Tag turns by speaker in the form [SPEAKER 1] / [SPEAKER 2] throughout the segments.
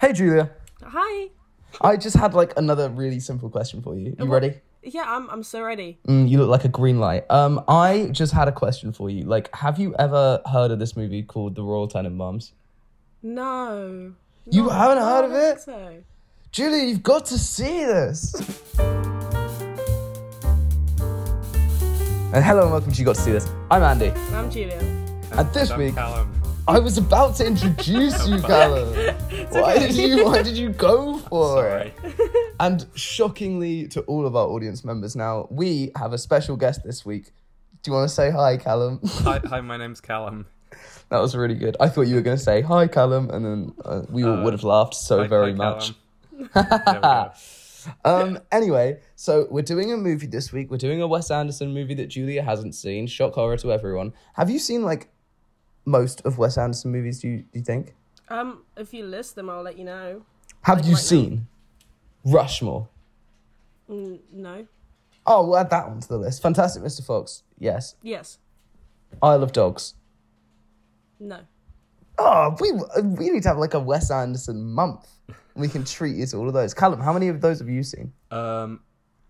[SPEAKER 1] Hey, Julia.
[SPEAKER 2] Hi.
[SPEAKER 1] I just had like another really simple question for you. You ready?
[SPEAKER 2] Yeah, I'm I'm so ready.
[SPEAKER 1] Mm, you look like a green light. Um, I just had a question for you. Like, have you ever heard of this movie called The Royal Tenenbaums?
[SPEAKER 2] No.
[SPEAKER 1] You
[SPEAKER 2] Not-
[SPEAKER 1] haven't
[SPEAKER 2] no,
[SPEAKER 1] heard
[SPEAKER 2] I
[SPEAKER 1] of
[SPEAKER 2] don't think
[SPEAKER 1] it?
[SPEAKER 2] So.
[SPEAKER 1] Julia, you've got to see this. And hello and welcome to You Got to See This. I'm Andy,
[SPEAKER 2] I'm Julia.
[SPEAKER 1] and this
[SPEAKER 3] I'm
[SPEAKER 1] week
[SPEAKER 3] Callum.
[SPEAKER 1] I was about to introduce you, Callum. Why did you? Why did you go for it?
[SPEAKER 3] Sorry.
[SPEAKER 1] And shockingly to all of our audience members now, we have a special guest this week. Do you want to say hi, Callum?
[SPEAKER 3] hi, hi, my name's Callum.
[SPEAKER 1] that was really good. I thought you were going to say hi, Callum, and then uh, we all would have laughed so
[SPEAKER 3] Hi-
[SPEAKER 1] very
[SPEAKER 3] hi,
[SPEAKER 1] much.
[SPEAKER 3] Callum. There we go.
[SPEAKER 1] Um, anyway, so we're doing a movie this week. We're doing a Wes Anderson movie that Julia hasn't seen. Shock horror to everyone. Have you seen like most of Wes Anderson movies? Do you, do you think?
[SPEAKER 2] Um, if you list them, I'll let you know.
[SPEAKER 1] Have
[SPEAKER 2] Like
[SPEAKER 1] you
[SPEAKER 2] right now.
[SPEAKER 1] seen Rushmore?
[SPEAKER 2] Mm, no.
[SPEAKER 1] Oh, we'll add that one to the list. Fantastic Mr. Fox. Yes.
[SPEAKER 2] Yes.
[SPEAKER 1] Isle of Dogs.
[SPEAKER 2] No.
[SPEAKER 1] Oh, we we need to have like a Wes Anderson month. We can treat you to all of those. Callum, how many of those have you seen?
[SPEAKER 3] Um,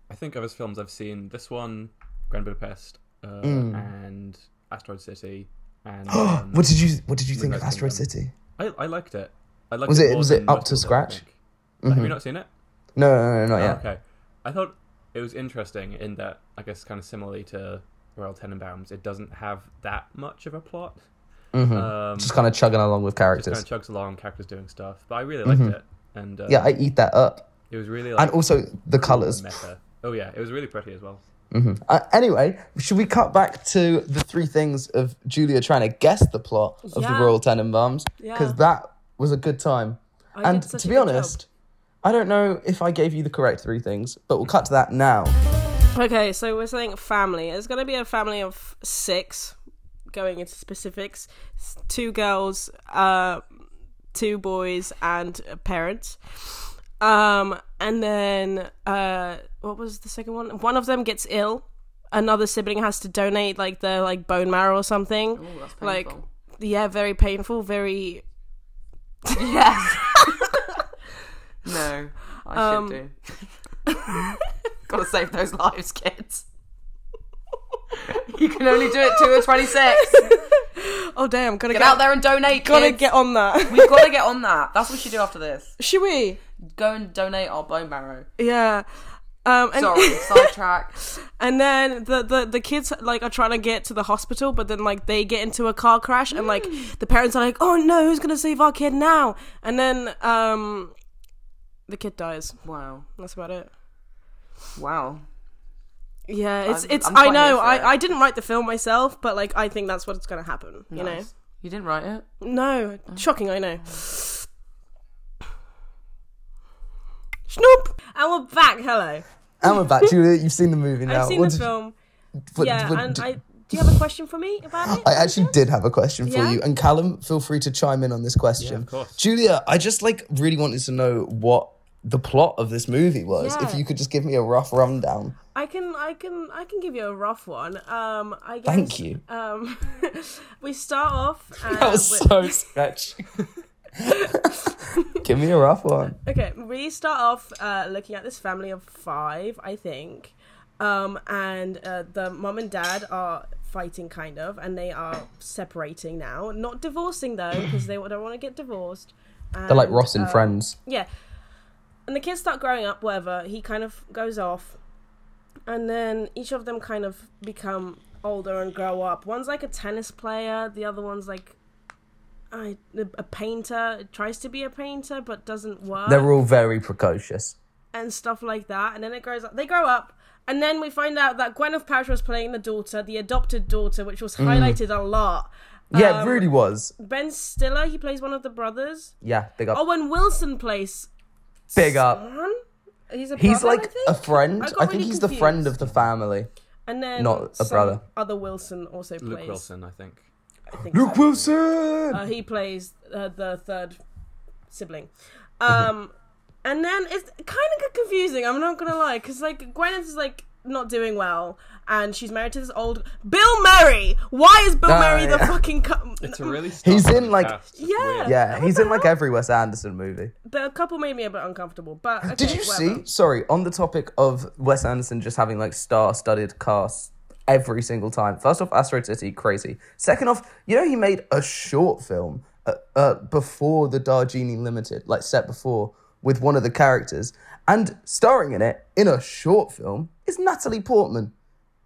[SPEAKER 3] I think of his films I've seen this one, Grand Budapest, uh, and Asteroid City, and um,
[SPEAKER 1] Mm. What did you What did you think of
[SPEAKER 3] Midnight
[SPEAKER 1] Asteroid
[SPEAKER 3] Kingdom.
[SPEAKER 1] City?
[SPEAKER 3] I, I liked it. I liked
[SPEAKER 1] Was
[SPEAKER 3] it.
[SPEAKER 1] it-
[SPEAKER 3] more
[SPEAKER 1] was it
[SPEAKER 3] than
[SPEAKER 1] up
[SPEAKER 3] most
[SPEAKER 1] to
[SPEAKER 3] people, I
[SPEAKER 1] scratch? Mm-hmm.
[SPEAKER 3] think. Have you not seen it? Oh,
[SPEAKER 1] No, no, no, no, not yet.
[SPEAKER 3] Okay. I thought it was interesting in that I guess kind of similarly to Royal Tenenbaums, it doesn't have that much of a plot. Um,
[SPEAKER 1] Mm-hmm. Just kind of chugging along with
[SPEAKER 3] kind
[SPEAKER 1] characters.
[SPEAKER 3] of chugs along, characters doing stuff. But I really liked it, and uh,
[SPEAKER 1] Mm-hmm. Yeah, I eat that up.
[SPEAKER 3] it was really like
[SPEAKER 1] And also the colors.
[SPEAKER 3] meta. Oh yeah, it was really pretty as well.
[SPEAKER 1] Uh, anyway, should we cut back to the three things of Julia trying to guess the plot of
[SPEAKER 2] Yeah.
[SPEAKER 1] the Royal Tenenbaums?
[SPEAKER 2] Yeah.
[SPEAKER 1] Because that was a good time.
[SPEAKER 2] I
[SPEAKER 1] and
[SPEAKER 2] did such
[SPEAKER 1] to
[SPEAKER 2] a
[SPEAKER 1] be
[SPEAKER 2] good job.
[SPEAKER 1] honest, I don't know if I gave you the correct three things, but we'll cut to that now.
[SPEAKER 2] Okay, so we're saying family. It's going to be a family of six, going into specifics. S- Two girls, uh, two boys, and a parent. Um, and then uh, what was the second one? One of them gets ill. Another sibling has to donate like their like bone marrow or something.
[SPEAKER 4] that's
[SPEAKER 2] like,
[SPEAKER 4] painful.
[SPEAKER 2] yeah, very painful. Very
[SPEAKER 4] Yes. no, I
[SPEAKER 2] Um,
[SPEAKER 4] should do. Gotta save those lives, kids. you can only do it to a 26. Get
[SPEAKER 2] oh damn, gotta get,
[SPEAKER 4] out there and donate,
[SPEAKER 2] Gotta
[SPEAKER 4] kids.
[SPEAKER 2] get on that.
[SPEAKER 4] We've gotta get on that. That's what we should do after this.
[SPEAKER 2] Should we?
[SPEAKER 4] Go and donate our bone marrow.
[SPEAKER 2] Yeah. Um, and-
[SPEAKER 4] Sorry, sidetrack.
[SPEAKER 2] And then the, the the kids like are trying to get to the hospital, but then like they get into a car crash, and like
[SPEAKER 4] Mm.
[SPEAKER 2] the parents are like, "Oh no, who's gonna save our kid now?" And then um, the kid dies.
[SPEAKER 4] Wow.
[SPEAKER 2] That's about it.
[SPEAKER 4] Wow.
[SPEAKER 2] Yeah, it's
[SPEAKER 4] I'm-
[SPEAKER 2] it's.
[SPEAKER 4] I'm
[SPEAKER 2] i
[SPEAKER 4] quite here
[SPEAKER 2] know.
[SPEAKER 4] for it.
[SPEAKER 2] I I didn't write the film myself, but like I think that's what's gonna happen. You
[SPEAKER 4] Nice. You didn't write it?
[SPEAKER 2] know? No, shocking. I know. Snoop, and we're back. Hello.
[SPEAKER 1] And we're back, Julia. You've seen the movie now.
[SPEAKER 2] I've seen
[SPEAKER 1] What
[SPEAKER 2] the
[SPEAKER 1] did-
[SPEAKER 2] film.
[SPEAKER 1] what-
[SPEAKER 2] yeah,
[SPEAKER 1] what-
[SPEAKER 2] and
[SPEAKER 1] d-
[SPEAKER 2] I. Do you have a question for me about it?
[SPEAKER 1] I actually did have a question for
[SPEAKER 2] Yeah?
[SPEAKER 1] you. And Callum, feel free to chime in on this question.
[SPEAKER 3] of course.
[SPEAKER 1] Julia, I just like really wanted to know what the plot of this movie was. If
[SPEAKER 2] Yeah.
[SPEAKER 1] you could just give me a rough rundown.
[SPEAKER 2] I can I can I can give you a rough one. Um I guess
[SPEAKER 1] Thank you.
[SPEAKER 2] Um we start off uh, and
[SPEAKER 1] That was
[SPEAKER 2] we-
[SPEAKER 1] so sketchy. give me a rough one.
[SPEAKER 2] Okay, we start off uh looking at this family of 5, I think. Um and uh, the mum and dad are fighting kind of and they are separating now. Not divorcing though because they don't want to get divorced.
[SPEAKER 1] They're like Ross
[SPEAKER 2] Um,
[SPEAKER 1] and Friends.
[SPEAKER 2] yeah and the kids start growing up whatever he kind of goes off and then each of them kind of become older and grow up one's like a tennis player the other one's like I, a painter tries to be a painter but doesn't work
[SPEAKER 1] They're all very precocious.
[SPEAKER 2] and stuff like that and then it grows up they grow up and then we find out that gwyneth paltrow was playing the daughter the adopted daughter which
[SPEAKER 1] Mm.
[SPEAKER 2] was highlighted a lot
[SPEAKER 1] Yeah,
[SPEAKER 2] Um,
[SPEAKER 1] it really was.
[SPEAKER 2] ben stiller he plays one of the brothers
[SPEAKER 1] Yeah, big up.
[SPEAKER 2] owen wilson plays
[SPEAKER 1] big up.
[SPEAKER 2] son? He's a
[SPEAKER 1] He's
[SPEAKER 2] brother, I
[SPEAKER 1] like
[SPEAKER 2] think?
[SPEAKER 1] a friend.
[SPEAKER 2] I
[SPEAKER 1] I,
[SPEAKER 2] got
[SPEAKER 1] think
[SPEAKER 2] really
[SPEAKER 1] he's the friend
[SPEAKER 2] confused.
[SPEAKER 1] of the family.
[SPEAKER 2] And then
[SPEAKER 1] Not a
[SPEAKER 2] some
[SPEAKER 1] brother.
[SPEAKER 2] Other Wilson also
[SPEAKER 3] Luke
[SPEAKER 2] plays.
[SPEAKER 3] Wilson, I think.
[SPEAKER 2] I think
[SPEAKER 1] Luke
[SPEAKER 2] so.
[SPEAKER 1] Wilson!
[SPEAKER 2] Uh, he plays uh, the third sibling.
[SPEAKER 1] Mm-hmm.
[SPEAKER 2] Um, and then it's kind of confusing. I'm not gonna lie, because like Gwyneth is like not doing well, and she's married to this old Bill Murray. Why is Bill
[SPEAKER 1] Ah,
[SPEAKER 2] Murray the
[SPEAKER 1] yeah.
[SPEAKER 2] fucking? Co-
[SPEAKER 3] It's a really
[SPEAKER 1] He's
[SPEAKER 3] stuck
[SPEAKER 1] in, like-
[SPEAKER 3] cast. It's
[SPEAKER 2] Yeah.
[SPEAKER 3] weird.
[SPEAKER 1] Yeah, he's in like every Wes Anderson movie.
[SPEAKER 2] the couple made me a bit uncomfortable. But okay,
[SPEAKER 1] Did you
[SPEAKER 2] whatever.
[SPEAKER 1] see? Sorry, on the topic of Wes Anderson just having like star-studded casts every single time. First off, Astro City, crazy. Second off, you know he made a short film uh, uh, before the Darjeeling Limited, like set before with one of the characters, and starring in it in a short film is Natalie Portman.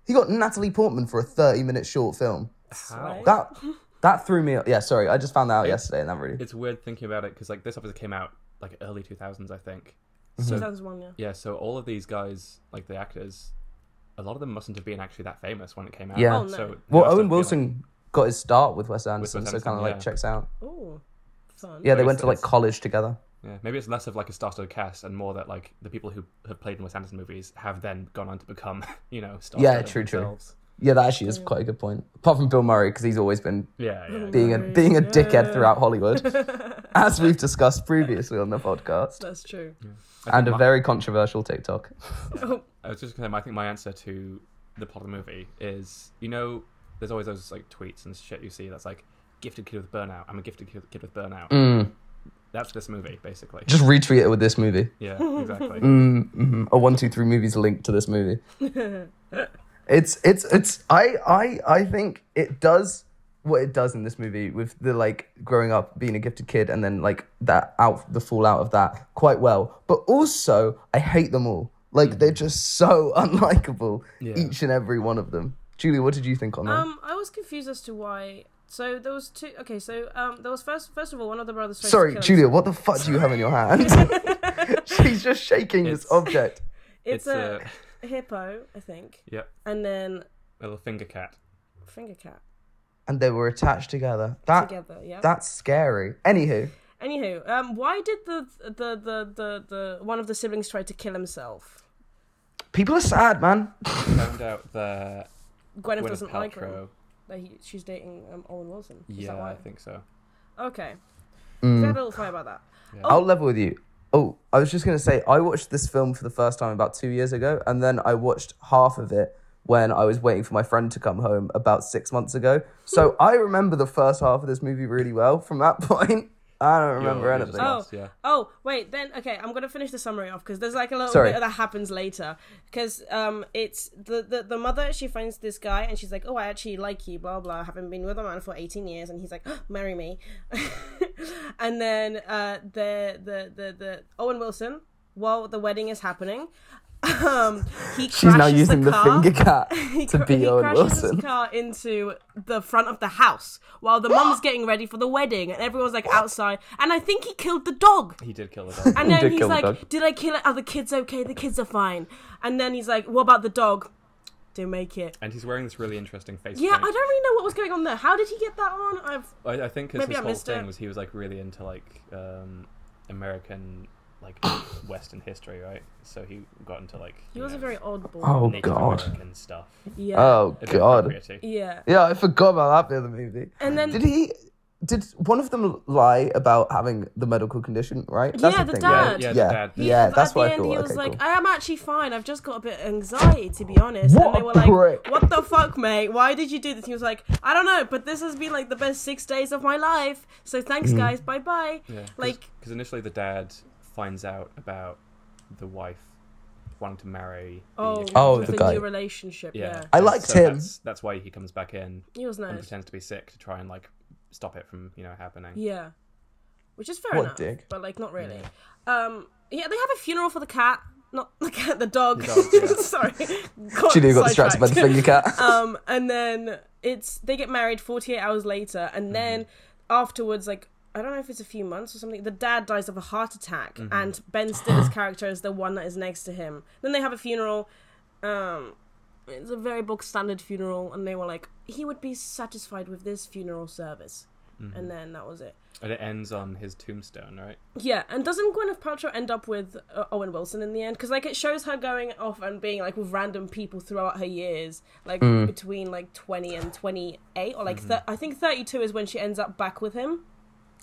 [SPEAKER 1] He got Natalie Portman for a thirty-minute short film.
[SPEAKER 3] How?
[SPEAKER 1] That that threw me. Yeah, sorry, I just found that out yesterday, and that really.
[SPEAKER 3] It's weird thinking about it because like this obviously came out like early 2000s, I think. So
[SPEAKER 2] Sounds one, yeah.
[SPEAKER 3] yeah, so all of these guys, like the actors, a lot of them mustn't have been actually that famous when it came out.
[SPEAKER 1] Yeah. Oh,
[SPEAKER 2] no.
[SPEAKER 3] So they
[SPEAKER 1] Well,
[SPEAKER 3] must have
[SPEAKER 1] Owen
[SPEAKER 3] been,
[SPEAKER 1] Wilson got his start with Wes Anderson,
[SPEAKER 3] Wes
[SPEAKER 1] so kind of
[SPEAKER 3] Anderson,
[SPEAKER 1] like
[SPEAKER 3] yeah.
[SPEAKER 1] checks out.
[SPEAKER 2] Oh, fun.
[SPEAKER 1] Yeah, they
[SPEAKER 3] it's-
[SPEAKER 1] went to like
[SPEAKER 3] it's-
[SPEAKER 1] college together.
[SPEAKER 3] Like, yeah, maybe it's less of like a star-studded cast and more that like the people who have played in Wes Anderson movies have then gone on to become, you know, stars.
[SPEAKER 1] true, true. Yeah, that actually is quite a good point. Apart from Bill Murray, because he's always been
[SPEAKER 3] Yeah, yeah.
[SPEAKER 1] being a
[SPEAKER 2] Murray,
[SPEAKER 1] being a dickhead
[SPEAKER 2] yeah.
[SPEAKER 1] throughout Hollywood, as we've discussed previously on the podcast,
[SPEAKER 2] That's true.
[SPEAKER 1] Mm-hmm. and a
[SPEAKER 3] my-
[SPEAKER 1] very controversial TikTok.
[SPEAKER 2] Oh,
[SPEAKER 3] I was just gonna say, I think my answer to the plot of the movie is, you know, there's always those like tweets and shit you see that's like, "Gifted kid with burnout." I'm a gifted kid kid with burnout. That's this movie, basically.
[SPEAKER 1] Just retweet it with this movie.
[SPEAKER 3] Yeah, exactly.
[SPEAKER 1] Mm-hmm. A one, two, three movies linked to this movie. it's it's it's. I I I think it does what it does in this movie with the like growing up being a gifted kid and then like that out the fallout of that quite well. But also, I hate them all. Like they're just so unlikable,
[SPEAKER 3] Yeah.
[SPEAKER 1] each and every one of them. Julie, what did you think on that?
[SPEAKER 2] um, I was confused as to why. So there was two. Okay, so um, there was first. First of all, one of the brothers. tries to
[SPEAKER 1] Sorry,
[SPEAKER 2] kill himself.
[SPEAKER 1] Julia, what the fuck do you have in your hand? She's just shaking this
[SPEAKER 3] It's-
[SPEAKER 1] object.
[SPEAKER 2] It's,
[SPEAKER 3] It's uh, a
[SPEAKER 2] a hippo, I think,
[SPEAKER 3] yep,
[SPEAKER 2] and then
[SPEAKER 3] a little finger cat.
[SPEAKER 2] finger cat
[SPEAKER 1] And they were attached together. Ah. That
[SPEAKER 2] together. Yeah.
[SPEAKER 1] That's scary. Anywho,
[SPEAKER 2] Anywho, um, why did the, the the the the one of the siblings try to kill himself?
[SPEAKER 1] people are sad, man.
[SPEAKER 3] Found out that
[SPEAKER 2] Gwyneth,
[SPEAKER 3] Gwyneth
[SPEAKER 2] doesn't like him.
[SPEAKER 3] Paltrow.
[SPEAKER 2] That he, she's dating um, Owen Wilson. Is that
[SPEAKER 3] Yeah,
[SPEAKER 2] why?
[SPEAKER 3] I think so.
[SPEAKER 2] Okay. We had a little fight about that.
[SPEAKER 1] I'll level with you. Oh, I was just gonna say I watched this film for the first time about two years ago, and then I watched half of it when I was waiting for my friend to come home about six months ago.
[SPEAKER 2] Hmm.
[SPEAKER 1] So I remember the first half of this movie really well. From that point, I don't remember
[SPEAKER 3] You're- you're
[SPEAKER 1] anything.
[SPEAKER 3] just
[SPEAKER 2] Oh,
[SPEAKER 3] lost, yeah.
[SPEAKER 2] oh, wait. Then okay, I'm gonna finish the summary off because there's like a little
[SPEAKER 1] Sorry.
[SPEAKER 2] bit that happens later because um, it's the, the the mother she finds this guy and she's like, oh, I actually like you, blah blah. I haven't been with a man for 18 years, and he's like, "Oh, marry me. and then uh, the, the the the Owen Wilson, while the wedding is happening, um, he
[SPEAKER 1] She's now
[SPEAKER 2] crashes
[SPEAKER 1] using the,
[SPEAKER 2] car.
[SPEAKER 1] finger cat
[SPEAKER 2] He,
[SPEAKER 1] to
[SPEAKER 2] cra-
[SPEAKER 1] beat
[SPEAKER 2] he
[SPEAKER 1] Owen
[SPEAKER 2] crashes
[SPEAKER 1] Wilson.
[SPEAKER 2] his car into the front of the house while the mum's getting ready for the wedding, and everyone's like outside. And I think he killed the dog.
[SPEAKER 3] He did kill the dog.
[SPEAKER 2] And
[SPEAKER 1] He did
[SPEAKER 2] then he's
[SPEAKER 1] kill the
[SPEAKER 2] like,
[SPEAKER 1] dog.
[SPEAKER 2] "Did I kill it? Are the kids okay? The kids are fine." And then he's like, "What about the dog? Didn't make it."
[SPEAKER 3] and he's wearing this really interesting face
[SPEAKER 2] Yeah, I
[SPEAKER 3] paint.
[SPEAKER 2] don't really know what was going on there. How did he get that on? I've
[SPEAKER 3] I, I think 'cause
[SPEAKER 2] Maybe
[SPEAKER 3] his
[SPEAKER 2] I
[SPEAKER 3] whole
[SPEAKER 2] missed
[SPEAKER 3] thing
[SPEAKER 2] it.
[SPEAKER 3] was he was like really into like um, American like Western history, right? So he got into like
[SPEAKER 2] he was a very odd boy.
[SPEAKER 1] Oh
[SPEAKER 3] Native
[SPEAKER 1] god.
[SPEAKER 3] American stuff.
[SPEAKER 2] Yeah.
[SPEAKER 1] Oh
[SPEAKER 3] A bit
[SPEAKER 1] god.
[SPEAKER 3] appropriate.
[SPEAKER 2] Yeah.
[SPEAKER 1] Yeah, I forgot about that bit of the movie.
[SPEAKER 2] And then
[SPEAKER 1] Did he? Did one of them lie about having the medical condition? Right.
[SPEAKER 2] Yeah, the
[SPEAKER 1] right?
[SPEAKER 2] dad.
[SPEAKER 3] Yeah, the
[SPEAKER 1] Yeah,
[SPEAKER 3] dad.
[SPEAKER 1] yeah, that's
[SPEAKER 2] at
[SPEAKER 1] what
[SPEAKER 2] the
[SPEAKER 1] I
[SPEAKER 2] end,
[SPEAKER 1] thought.
[SPEAKER 2] he was
[SPEAKER 1] okay,
[SPEAKER 2] like, "Oh,
[SPEAKER 1] cool.
[SPEAKER 2] "I am actually fine. I've just got a bit of anxiety, to be honest."
[SPEAKER 1] What
[SPEAKER 2] and they
[SPEAKER 1] a
[SPEAKER 2] were like,
[SPEAKER 1] prick.
[SPEAKER 2] "What the fuck, mate? Why did you do this?" He was like, "I don't know, but this has been like the best six days of my life. So thanks,
[SPEAKER 1] Mm.
[SPEAKER 2] guys. Bye bye." like,
[SPEAKER 3] because initially the dad finds out about the wife wanting to marry. the-
[SPEAKER 2] oh,
[SPEAKER 1] Oh,
[SPEAKER 2] the,
[SPEAKER 1] the guy.
[SPEAKER 2] new relationship. Yeah.
[SPEAKER 3] yeah.
[SPEAKER 1] I
[SPEAKER 3] and
[SPEAKER 1] liked
[SPEAKER 3] so
[SPEAKER 1] him.
[SPEAKER 3] That's, that's why he comes back in
[SPEAKER 2] he was
[SPEAKER 3] and
[SPEAKER 2] nice.
[SPEAKER 3] pretends to be sick to try and like stop it from you know happening.
[SPEAKER 2] Yeah, which is fair
[SPEAKER 1] What a
[SPEAKER 2] enough,
[SPEAKER 1] dick.
[SPEAKER 2] but like not really. Um, yeah, they have a funeral for the cat, not the cat, the dog.
[SPEAKER 3] dog, yeah.
[SPEAKER 2] Sorry,
[SPEAKER 1] Julia got distracted by the
[SPEAKER 2] sidetracked.
[SPEAKER 1] finger cat.
[SPEAKER 2] um, and then it's they get married 48 hours later, and then afterwards, like I don't know if it's a few months or something, the dad dies of a heart attack, and Ben Stiller's character is the one that is next to him. Then they have a funeral. Um, it's a very book standard funeral, and they were like, he would be satisfied with this funeral service, and then that was it.
[SPEAKER 3] And it ends on his tombstone, right?
[SPEAKER 2] Yeah, and doesn't Gwyneth Paltrow end up with uh, Owen Wilson in the end? Because like it shows her going off and being like with random people throughout her years, like
[SPEAKER 1] Mm.
[SPEAKER 2] between like twenty and twenty eight, or
[SPEAKER 3] Mm-hmm.
[SPEAKER 2] like thir- I think thirty two is when she ends up back with him.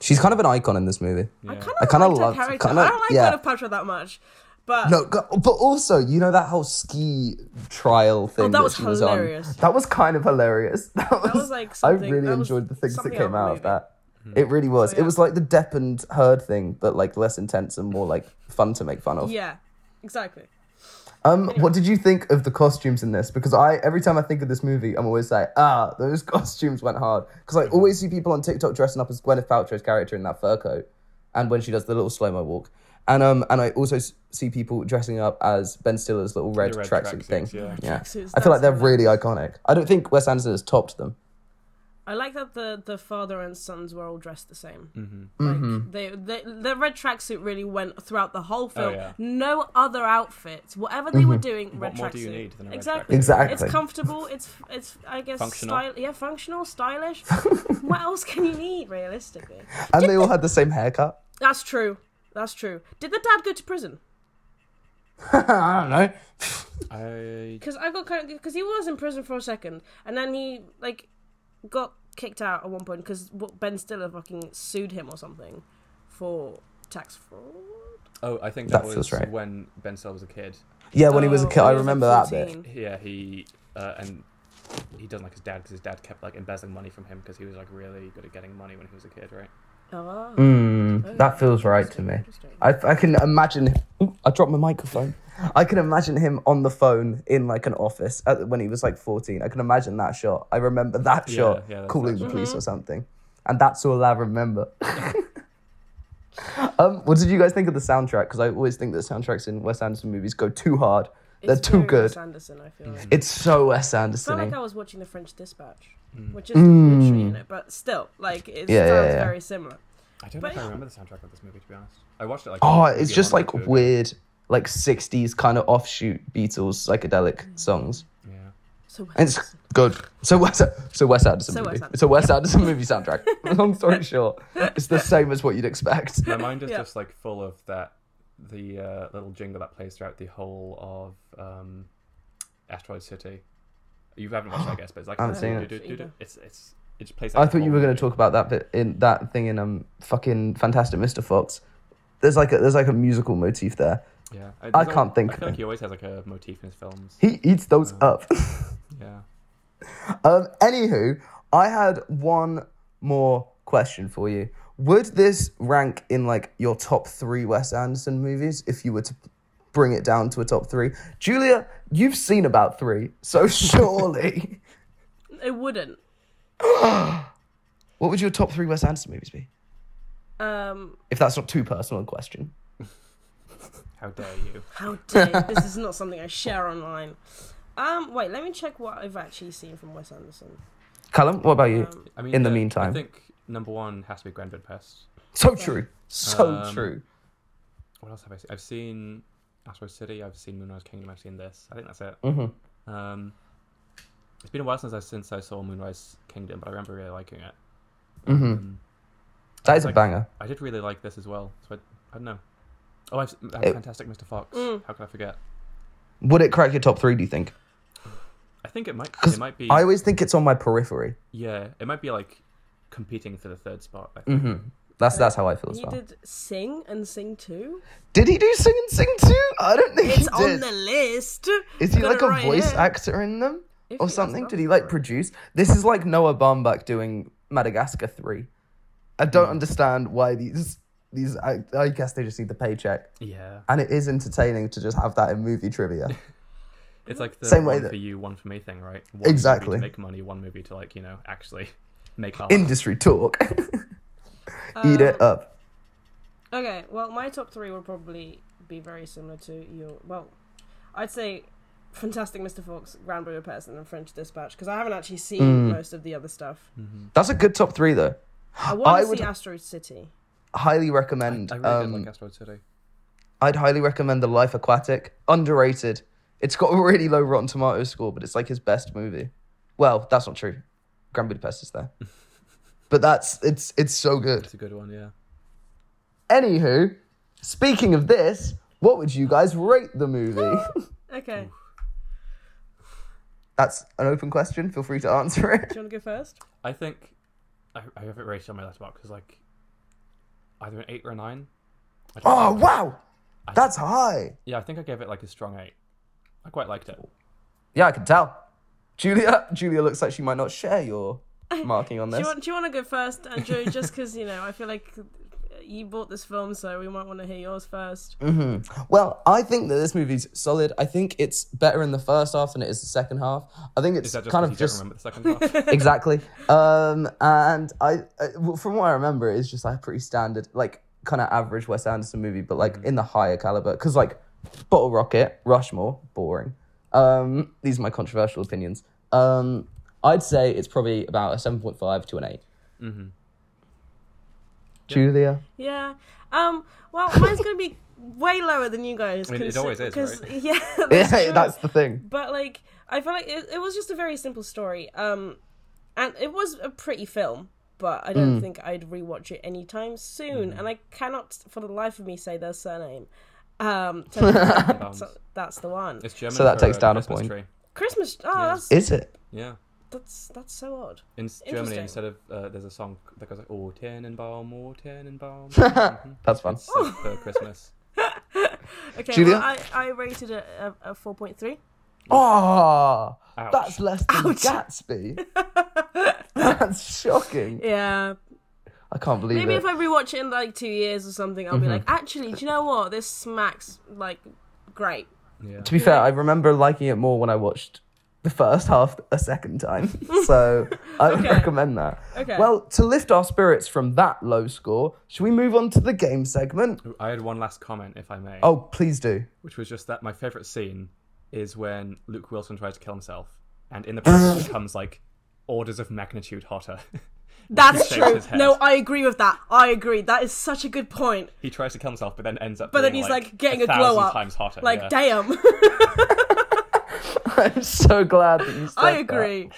[SPEAKER 1] She's kind of an icon in this movie.
[SPEAKER 2] I
[SPEAKER 3] Yeah.
[SPEAKER 2] kind
[SPEAKER 1] I
[SPEAKER 2] of
[SPEAKER 1] kinda
[SPEAKER 2] liked her
[SPEAKER 1] love-
[SPEAKER 2] character.
[SPEAKER 1] kinda-
[SPEAKER 2] I don't like
[SPEAKER 1] yeah.
[SPEAKER 2] Gwyneth Paltrow that much, But
[SPEAKER 1] No, go- but also, you know that whole ski trial thing
[SPEAKER 2] Oh, that was
[SPEAKER 1] she was
[SPEAKER 2] hilarious.
[SPEAKER 1] on. That was kind of hilarious. That was,
[SPEAKER 2] was like
[SPEAKER 1] I
[SPEAKER 2] something-
[SPEAKER 1] really
[SPEAKER 2] that was
[SPEAKER 1] enjoyed the things that
[SPEAKER 2] something
[SPEAKER 1] came
[SPEAKER 2] out
[SPEAKER 1] out
[SPEAKER 2] of
[SPEAKER 1] of that.
[SPEAKER 3] Hmm.
[SPEAKER 1] It really was.
[SPEAKER 2] yeah.
[SPEAKER 1] It was like the Depp and Heard thing, but like less intense and more like fun to make fun of.
[SPEAKER 2] yeah, exactly.
[SPEAKER 1] Um, what did you think of the costumes in this? Because I every time I think of this movie, I'm always like, ah, those costumes went hard. Because I always see people on TikTok dressing up as Gwyneth Paltrow's character in that fur coat, and when she does the little slow mo walk, and um, and I also s- see people dressing up as Ben Stiller's little red,
[SPEAKER 3] red
[SPEAKER 1] tracksuit thing.
[SPEAKER 3] tracksuits, yeah.
[SPEAKER 2] Tracksuits,
[SPEAKER 1] I feel like
[SPEAKER 2] that's
[SPEAKER 1] they're
[SPEAKER 2] hilarious.
[SPEAKER 1] really iconic. I don't think Wes Anderson has topped them.
[SPEAKER 2] I like that the the father and sons were all dressed the same.
[SPEAKER 3] Mm-hmm.
[SPEAKER 2] Like
[SPEAKER 1] Mm-hmm.
[SPEAKER 2] they, they the red tracksuit really went throughout the whole film.
[SPEAKER 3] Oh, yeah.
[SPEAKER 2] No other outfits. Whatever
[SPEAKER 1] Mm-hmm.
[SPEAKER 2] they were doing, red
[SPEAKER 3] more do you
[SPEAKER 2] tracksuit.
[SPEAKER 3] need than a red
[SPEAKER 2] exactly.
[SPEAKER 3] tracksuit?
[SPEAKER 1] Exactly.
[SPEAKER 2] It's comfortable. It's it's I guess
[SPEAKER 3] Functional.
[SPEAKER 2] Style, yeah, functional, stylish. what else can you need realistically?
[SPEAKER 1] And they all had the same haircut.
[SPEAKER 2] That's true. That's true. Did the dad go to prison?
[SPEAKER 1] I don't know.
[SPEAKER 3] I
[SPEAKER 2] Because I got kind of because he was in prison for a second, and then he like got kicked out at one point because Ben Stiller fucking sued him or something for tax fraud.
[SPEAKER 3] oh I think that,
[SPEAKER 1] That
[SPEAKER 3] was
[SPEAKER 1] feels right.
[SPEAKER 3] when Ben Stiller was a kid.
[SPEAKER 1] Yeah, when he was a
[SPEAKER 2] Oh,
[SPEAKER 1] kid, I
[SPEAKER 2] when he was, like,
[SPEAKER 1] remember that bit.
[SPEAKER 2] 14.
[SPEAKER 3] Yeah, he uh, and he doesn't like his dad because his dad kept like embezzling money from him because he was like really good at getting money when he was a kid, right?
[SPEAKER 2] Oh.
[SPEAKER 1] Mm, that feels right to me. I, I can imagine. Ooh, I dropped my microphone. I can imagine him on the phone in like an office at, when he was like 14. I can imagine that shot. I remember that
[SPEAKER 3] Yeah,
[SPEAKER 1] shot
[SPEAKER 3] yeah, that's
[SPEAKER 1] calling
[SPEAKER 3] that
[SPEAKER 1] the
[SPEAKER 2] Mm-hmm.
[SPEAKER 3] shot.
[SPEAKER 1] police or something. And that's all I remember. um, what did you guys think of the soundtrack? Because I always think that soundtracks in Wes Anderson movies go too hard. They're
[SPEAKER 2] It's
[SPEAKER 1] too
[SPEAKER 2] very
[SPEAKER 1] good.
[SPEAKER 2] Wes Anderson, I feel like.
[SPEAKER 1] It's so Wes
[SPEAKER 2] I felt like
[SPEAKER 1] Anderson.
[SPEAKER 2] I was watching The French Dispatch, which is literally in it, but still, like it
[SPEAKER 1] Mm. Yeah, yeah,
[SPEAKER 2] sounds
[SPEAKER 1] yeah.
[SPEAKER 2] very similar.
[SPEAKER 3] I don't
[SPEAKER 2] But
[SPEAKER 3] know if I
[SPEAKER 2] yeah.
[SPEAKER 3] remember the soundtrack of this movie to be honest. I watched it like
[SPEAKER 1] Oh,
[SPEAKER 3] maybe
[SPEAKER 1] it's
[SPEAKER 3] a
[SPEAKER 1] just
[SPEAKER 3] month
[SPEAKER 1] like
[SPEAKER 3] or two ago.
[SPEAKER 1] weird, like 60s kind of offshoot Beatles
[SPEAKER 2] Mm.
[SPEAKER 1] psychedelic songs.
[SPEAKER 3] Yeah.
[SPEAKER 2] So
[SPEAKER 1] And it's good. So Wes, so Wes Anderson
[SPEAKER 2] So Wes
[SPEAKER 1] movie.
[SPEAKER 2] Anderson.
[SPEAKER 1] It's a Wes Anderson movie soundtrack. Long story short, it's the same as what you'd expect.
[SPEAKER 3] My mind is
[SPEAKER 2] Yeah.
[SPEAKER 3] just like full of that the uh, little jingle that plays throughout the whole of um, Asteroid City. You haven't watched, it, I guess, but it's like
[SPEAKER 1] I haven't seen it.
[SPEAKER 3] do-do-do-do-do. It's it's it just plays.
[SPEAKER 1] I
[SPEAKER 3] out the
[SPEAKER 1] thought you
[SPEAKER 3] whole
[SPEAKER 1] were going
[SPEAKER 3] movie.
[SPEAKER 1] to talk about that bit in that thing in um fucking Fantastic Mr. Fox. There's like a there's like a musical motif there.
[SPEAKER 3] Yeah,
[SPEAKER 1] I
[SPEAKER 3] there's al-
[SPEAKER 1] can't think.
[SPEAKER 3] I feel like he always has like a motif in his films.
[SPEAKER 1] He eats those up.
[SPEAKER 3] Yeah.
[SPEAKER 1] Um, anywho, I had one more question for you. Would this rank in like your top three Wes Anderson movies if you were to bring it down to a top three? Julia, you've seen about three, so surely.
[SPEAKER 2] it wouldn't.
[SPEAKER 1] what would your top three Wes Anderson movies be?
[SPEAKER 2] Um,
[SPEAKER 1] If that's not too personal a question.
[SPEAKER 3] How dare you?
[SPEAKER 2] how dare this is not something I share online. Um, wait, let me check what I've actually seen from Wes Anderson.
[SPEAKER 1] Callum, what about you?
[SPEAKER 2] Um,
[SPEAKER 3] I mean,
[SPEAKER 1] In the
[SPEAKER 3] uh,
[SPEAKER 1] meantime.
[SPEAKER 3] I think number one has to be Grand Budapest.
[SPEAKER 1] so true. So
[SPEAKER 3] Um,
[SPEAKER 1] true.
[SPEAKER 3] What else have I seen? I've seen Asteroid City. I've seen Moonrise Kingdom. I've seen this. I think that's it.
[SPEAKER 1] Mm-hmm.
[SPEAKER 3] Um, it's been a while since I since I saw Moonrise Kingdom, but I remember really liking it. Um,
[SPEAKER 1] That is a
[SPEAKER 3] like-
[SPEAKER 1] banger.
[SPEAKER 3] I did really like this as well. So I, I don't know. Oh, I've, i have
[SPEAKER 1] It-
[SPEAKER 3] Fantastic Mr. Fox. How could I forget?
[SPEAKER 1] Would it crack your top three, do you think?
[SPEAKER 3] I think it might.
[SPEAKER 1] Because
[SPEAKER 3] It might be.
[SPEAKER 1] I always think it's on my periphery.
[SPEAKER 3] yeah, it might be like competing for the third spot. I think.
[SPEAKER 1] That's that's how I feel as
[SPEAKER 2] He
[SPEAKER 1] well.
[SPEAKER 2] did Sing and Sing 2.
[SPEAKER 1] Did he do Sing and Sing too? I don't think he
[SPEAKER 2] It's on
[SPEAKER 1] did.
[SPEAKER 2] the list.
[SPEAKER 1] Is he
[SPEAKER 2] Got
[SPEAKER 1] like
[SPEAKER 2] it
[SPEAKER 1] a
[SPEAKER 2] right
[SPEAKER 1] voice
[SPEAKER 2] here.
[SPEAKER 1] actor in them
[SPEAKER 2] If
[SPEAKER 1] or
[SPEAKER 2] he is,
[SPEAKER 1] something?
[SPEAKER 2] that's
[SPEAKER 1] Did he like produce? This is like Noah Baumbach doing Madagascar three. I
[SPEAKER 3] Hmm.
[SPEAKER 1] don't understand why these these. I, I guess they just need the paycheck,
[SPEAKER 3] Yeah,
[SPEAKER 1] and it is entertaining to just have that in movie trivia.
[SPEAKER 3] it's like the
[SPEAKER 1] Same way
[SPEAKER 3] one
[SPEAKER 1] that-
[SPEAKER 3] for you, one for me thing, right? One movie
[SPEAKER 1] Exactly.
[SPEAKER 3] to make money, one movie to like you know actually make art.
[SPEAKER 1] Industry talk. Eat it
[SPEAKER 2] Um,
[SPEAKER 1] up.
[SPEAKER 2] Okay, well, my top three will probably be very similar to your. Well, I'd say Fantastic Mr. Fox, Grand Budapest, and then French Dispatch because I haven't actually seen
[SPEAKER 1] Hmm.
[SPEAKER 2] most of the other stuff.
[SPEAKER 1] That's a good top three though.
[SPEAKER 2] I want
[SPEAKER 1] I
[SPEAKER 2] to
[SPEAKER 1] would-
[SPEAKER 2] see Astro City.
[SPEAKER 1] Highly recommend.
[SPEAKER 3] I really
[SPEAKER 1] um,
[SPEAKER 3] did like Asteroid City.
[SPEAKER 1] I'd highly recommend The Life Aquatic. Underrated. It's got a really low Rotten Tomatoes score, but it's like his best movie. Well, that's not true. Grand Budapest is there. but that's it's it's so good.
[SPEAKER 3] It's a good one, yeah.
[SPEAKER 1] Anywho, speaking of this, what would you guys rate the movie?
[SPEAKER 2] Okay,
[SPEAKER 1] that's an open question. Feel free to answer it.
[SPEAKER 2] do you want to go first?
[SPEAKER 3] I think I, I have it rated on my letterbox because like either an eight or a nine. I don't
[SPEAKER 1] Oh
[SPEAKER 3] know.
[SPEAKER 1] wow.
[SPEAKER 3] I-
[SPEAKER 1] That's high.
[SPEAKER 3] yeah. I think I gave it like a strong eight. I quite liked it.
[SPEAKER 1] Yeah, I can tell. Julia, Julia looks like she might not share your marking on
[SPEAKER 2] Do you
[SPEAKER 1] this.
[SPEAKER 2] want? Do you want to go first, Andrew? Just because you know, I feel like you bought this film, so we might want to hear yours first.
[SPEAKER 3] Mm.
[SPEAKER 1] Well, I think that this movie's solid. I think it's better in the first half than it is the second half. I think it's
[SPEAKER 3] Is that just
[SPEAKER 1] kind
[SPEAKER 3] because
[SPEAKER 1] of
[SPEAKER 3] you
[SPEAKER 1] just
[SPEAKER 3] don't remember the second half?
[SPEAKER 1] exactly. Um, and I, I, well, from what I remember, it's just like pretty standard, like kind of average Wes Anderson movie, but like
[SPEAKER 3] Mm.
[SPEAKER 1] in the higher caliber. Because like Bottle Rocket, Rushmore, boring. Um, these are my controversial opinions. Um, I'd say it's probably about a seven point five to an 8
[SPEAKER 3] Mm-hmm.
[SPEAKER 1] Julia,
[SPEAKER 2] Yeah. Um. Well, mine's gonna be way lower than you guys.
[SPEAKER 3] I mean, it
[SPEAKER 2] cons-
[SPEAKER 3] always is,
[SPEAKER 2] 'cause-
[SPEAKER 3] right?
[SPEAKER 2] Yeah.
[SPEAKER 1] yeah,
[SPEAKER 2] That's true.
[SPEAKER 1] that's the thing.
[SPEAKER 2] But like, I feel like it, it was just a very simple story. Um, and it was a pretty film, but I
[SPEAKER 3] Mm.
[SPEAKER 2] don't think I'd rewatch it anytime soon. And I cannot, for the life of me, say their surname. Um, so that's, that's the one.
[SPEAKER 3] It's German.
[SPEAKER 1] So that
[SPEAKER 3] for uh,
[SPEAKER 1] takes down a
[SPEAKER 3] Christmas
[SPEAKER 1] point.
[SPEAKER 3] Tree.
[SPEAKER 2] Christmas. Oh, that's,
[SPEAKER 1] Is it?
[SPEAKER 3] Yeah.
[SPEAKER 2] that's that's so odd.
[SPEAKER 3] In Germany,
[SPEAKER 2] Interesting.
[SPEAKER 3] instead of uh, there's a song that goes like "Oh Tannenbaum, Oh Tannenbaum."
[SPEAKER 1] That's fun.
[SPEAKER 3] It's like for Christmas.
[SPEAKER 2] Okay,
[SPEAKER 1] Julia?
[SPEAKER 2] well, I, I rated it a, a 4.3.
[SPEAKER 1] Oh,
[SPEAKER 3] Ouch.
[SPEAKER 1] that's less than
[SPEAKER 2] Ouch.
[SPEAKER 1] Gatsby. that's shocking.
[SPEAKER 2] Yeah.
[SPEAKER 1] I can't believe
[SPEAKER 2] Maybe
[SPEAKER 1] it.
[SPEAKER 2] if I rewatch it in like two years or something,
[SPEAKER 3] Mm-hmm.
[SPEAKER 2] I'll be like, actually, do you know what? This smacks like great.
[SPEAKER 3] Yeah.
[SPEAKER 1] To be fair, I remember liking it more when I watched the first half a second time. So I would
[SPEAKER 2] Okay.
[SPEAKER 1] recommend that.
[SPEAKER 2] Okay.
[SPEAKER 1] Well, to lift our spirits from that low score, should we move on to the game segment?
[SPEAKER 3] I had one last comment, if I may,
[SPEAKER 1] Oh, please do.
[SPEAKER 3] which was just that my favorite scene is when Luke Wilson tries to kill himself, and in the process becomes like orders of magnitude hotter.
[SPEAKER 2] That's
[SPEAKER 3] He shakes
[SPEAKER 2] true.
[SPEAKER 3] his head.
[SPEAKER 2] No, I agree with that. I agree. That is such a good point.
[SPEAKER 3] he tries to kill himself, but then ends up.
[SPEAKER 2] But then
[SPEAKER 3] being,
[SPEAKER 2] he's like, getting a, glow
[SPEAKER 3] thousand
[SPEAKER 2] up.
[SPEAKER 3] times hotter.
[SPEAKER 2] like,
[SPEAKER 3] yeah.
[SPEAKER 2] damn.
[SPEAKER 1] I'm so glad that you said
[SPEAKER 2] I
[SPEAKER 1] that.
[SPEAKER 2] agree.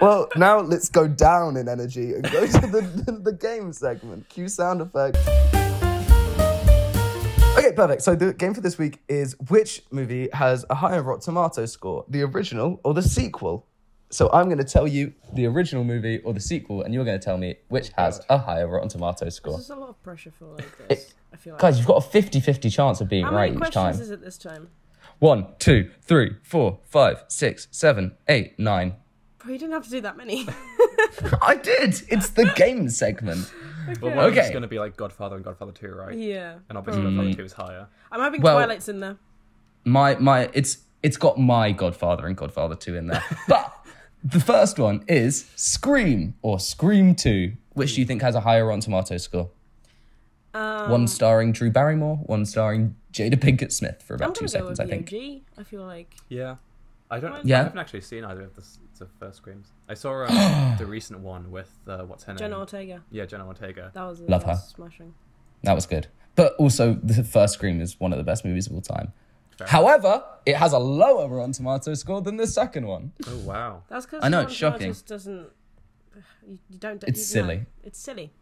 [SPEAKER 1] Well, now let's go down in energy and go to the, the, the game segment. Cue sound effect. Okay, perfect. So the game for this week is which movie has a higher Rotten Tomato score, the original or the sequel? So I'm going to tell you the original movie or the sequel, and you're going to tell me which has a higher Rotten Tomato score.
[SPEAKER 2] There's a lot of pressure for like this. I feel like.
[SPEAKER 1] Guys, you've got a 50 50 chance of being
[SPEAKER 2] How
[SPEAKER 1] right
[SPEAKER 2] many
[SPEAKER 1] each
[SPEAKER 2] questions
[SPEAKER 1] time.
[SPEAKER 2] is it this time?
[SPEAKER 1] One, two, three, four, five, six, seven, eight, nine.
[SPEAKER 2] But you didn't have to do that many.
[SPEAKER 1] I did! It's the game segment.
[SPEAKER 3] But one of them's
[SPEAKER 1] Okay.
[SPEAKER 3] going to be like Godfather and Godfather Two, right?
[SPEAKER 2] yeah.
[SPEAKER 3] And obviously, Godfather Two is higher.
[SPEAKER 2] I'm hoping
[SPEAKER 1] Mm. Well-
[SPEAKER 2] Twilight's in there.
[SPEAKER 1] my my it's it's got my Godfather and Godfather 2 in there. but the first one is Scream or Scream 2. Which do you think has a higher on tomato score?
[SPEAKER 2] Um,
[SPEAKER 1] one starring Drew Barrymore, one starring Jada Pinkett Smith for
[SPEAKER 2] I'm
[SPEAKER 1] about two
[SPEAKER 2] going to go
[SPEAKER 1] seconds,
[SPEAKER 2] with
[SPEAKER 1] I think.
[SPEAKER 2] VOG. I feel like.
[SPEAKER 3] Yeah. I don't.
[SPEAKER 1] Yeah.
[SPEAKER 3] I haven't actually seen either of the, s- the first screams. I saw um, the recent one with uh, what's her name?
[SPEAKER 2] Jenna Ortega.
[SPEAKER 3] Yeah, Jenna Ortega.
[SPEAKER 2] That was,
[SPEAKER 1] Love
[SPEAKER 2] that was
[SPEAKER 1] her.
[SPEAKER 2] smashing.
[SPEAKER 1] That was good. But also the first Scream is one of the best movies of all time. However, it has a lower on tomato score than the second one.
[SPEAKER 3] Oh wow.
[SPEAKER 2] That's because
[SPEAKER 1] I know, it's shocking.
[SPEAKER 2] Just doesn't. You, you don't.
[SPEAKER 1] It's
[SPEAKER 2] you- no,
[SPEAKER 1] silly.
[SPEAKER 2] it's silly.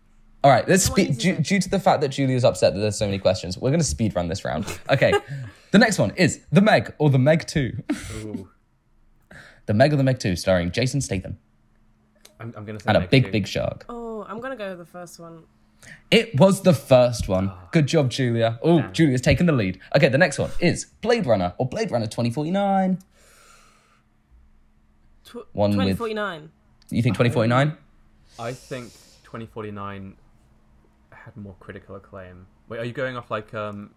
[SPEAKER 1] All right, let's
[SPEAKER 2] What
[SPEAKER 1] speed
[SPEAKER 2] is
[SPEAKER 1] due,
[SPEAKER 2] it?
[SPEAKER 1] due to the fact that Julia's upset that there's so many questions. We're going to speed run this round. Okay, the next one is The Meg or The Meg 2.
[SPEAKER 3] Ooh.
[SPEAKER 1] the Meg or The Meg 2, starring Jason Statham
[SPEAKER 3] I'm, I'm going to say.
[SPEAKER 1] and a
[SPEAKER 3] Meg
[SPEAKER 1] big,
[SPEAKER 3] too.
[SPEAKER 1] big shark.
[SPEAKER 2] Oh, I'm gonna go with the first one.
[SPEAKER 1] It was the first one. Good job, Julia. Oh,
[SPEAKER 3] Ah. Damn.
[SPEAKER 1] Julia's taken the lead. Okay, the next one is Blade Runner or Blade Runner 2049.
[SPEAKER 2] Tw-
[SPEAKER 1] One with-
[SPEAKER 2] 2049.
[SPEAKER 1] You think 2049?
[SPEAKER 3] I think 2049 had more critical acclaim. Wait, are you going off like um,